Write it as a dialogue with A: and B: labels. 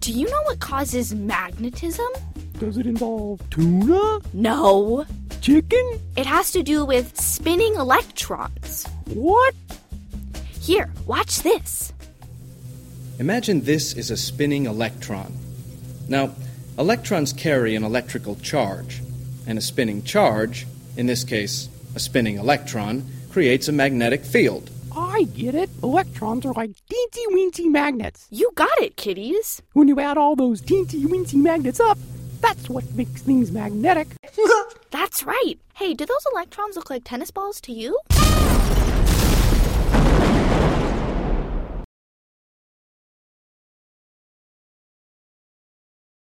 A: Do you know what causes magnetism?
B: Does it involve tuna?
A: No.
B: Chicken?
A: It has to do with spinning electrons.
B: What?
A: Here, watch this.
C: Imagine this is a spinning electron. Now, electrons carry an electrical charge, and a spinning charge, in this case, a spinning electron, creates a magnetic field.
B: I get it. Electrons are like teensy weensy magnets.
A: You got it, kiddies.
B: When you add all those teensy weensy magnets up, that's what makes things magnetic.
A: That's right. Hey, do those electrons look like tennis balls to you?